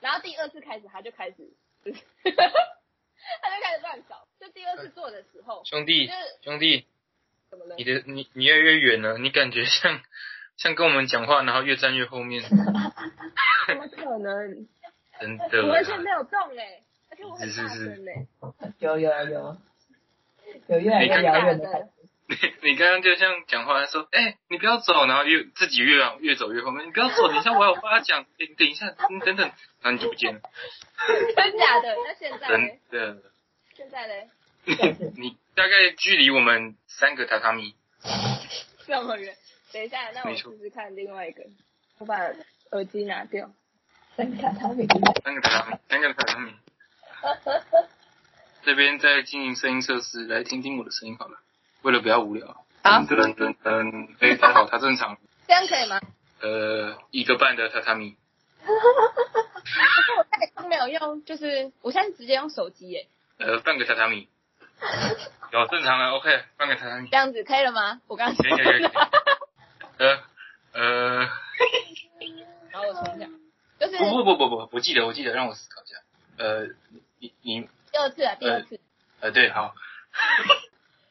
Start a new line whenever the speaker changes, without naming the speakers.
然后第二次开始他就开始， 就是他就开始乱搞。就第二次做的时候，
兄
就
弟
是
兄弟，
怎么了
呃你？的你你越来越远了，你感觉像像跟我们讲话，然后越站越后面，
怎么可能？
真的
我完全没
啦。
有动哎、而且我很
是
大
是是
声哎、
有有有有越来
你
越
看
遥
大
远的感觉
声。
你 你刚刚就像讲话说，哎、你不要走，然后越自己越往越走越后面，你不要走，等一下我有话讲，你等一下，你等等，然后你就不见了，
真假的？那现在
真
嘞？
的。
现在嘞？
你大概距离我们三个榻榻米，
这么远？等一下，那我
没错
试试看另外一个。我把耳机拿掉。
三卡他们
三个榻榻米，三个榻榻米。这边在经营声音测试，来听听我的声音好了。为了不要无聊。嗯
好
噔噔噔，哎、他好，他正常。
这样可以吗？
呃，一个半的榻榻米。
可是我太都没有用，就是我现在直接用手机耶，
呃，半个榻榻米。有正常了，OK，半个榻榻米。
这样子可以了吗？我刚刚
可以可以可以。呃呃，
然后我重讲，就是
不不不不不，我记得我记得，让我思考一下。呃，你你
第二次啊，第二次，
呃对，好。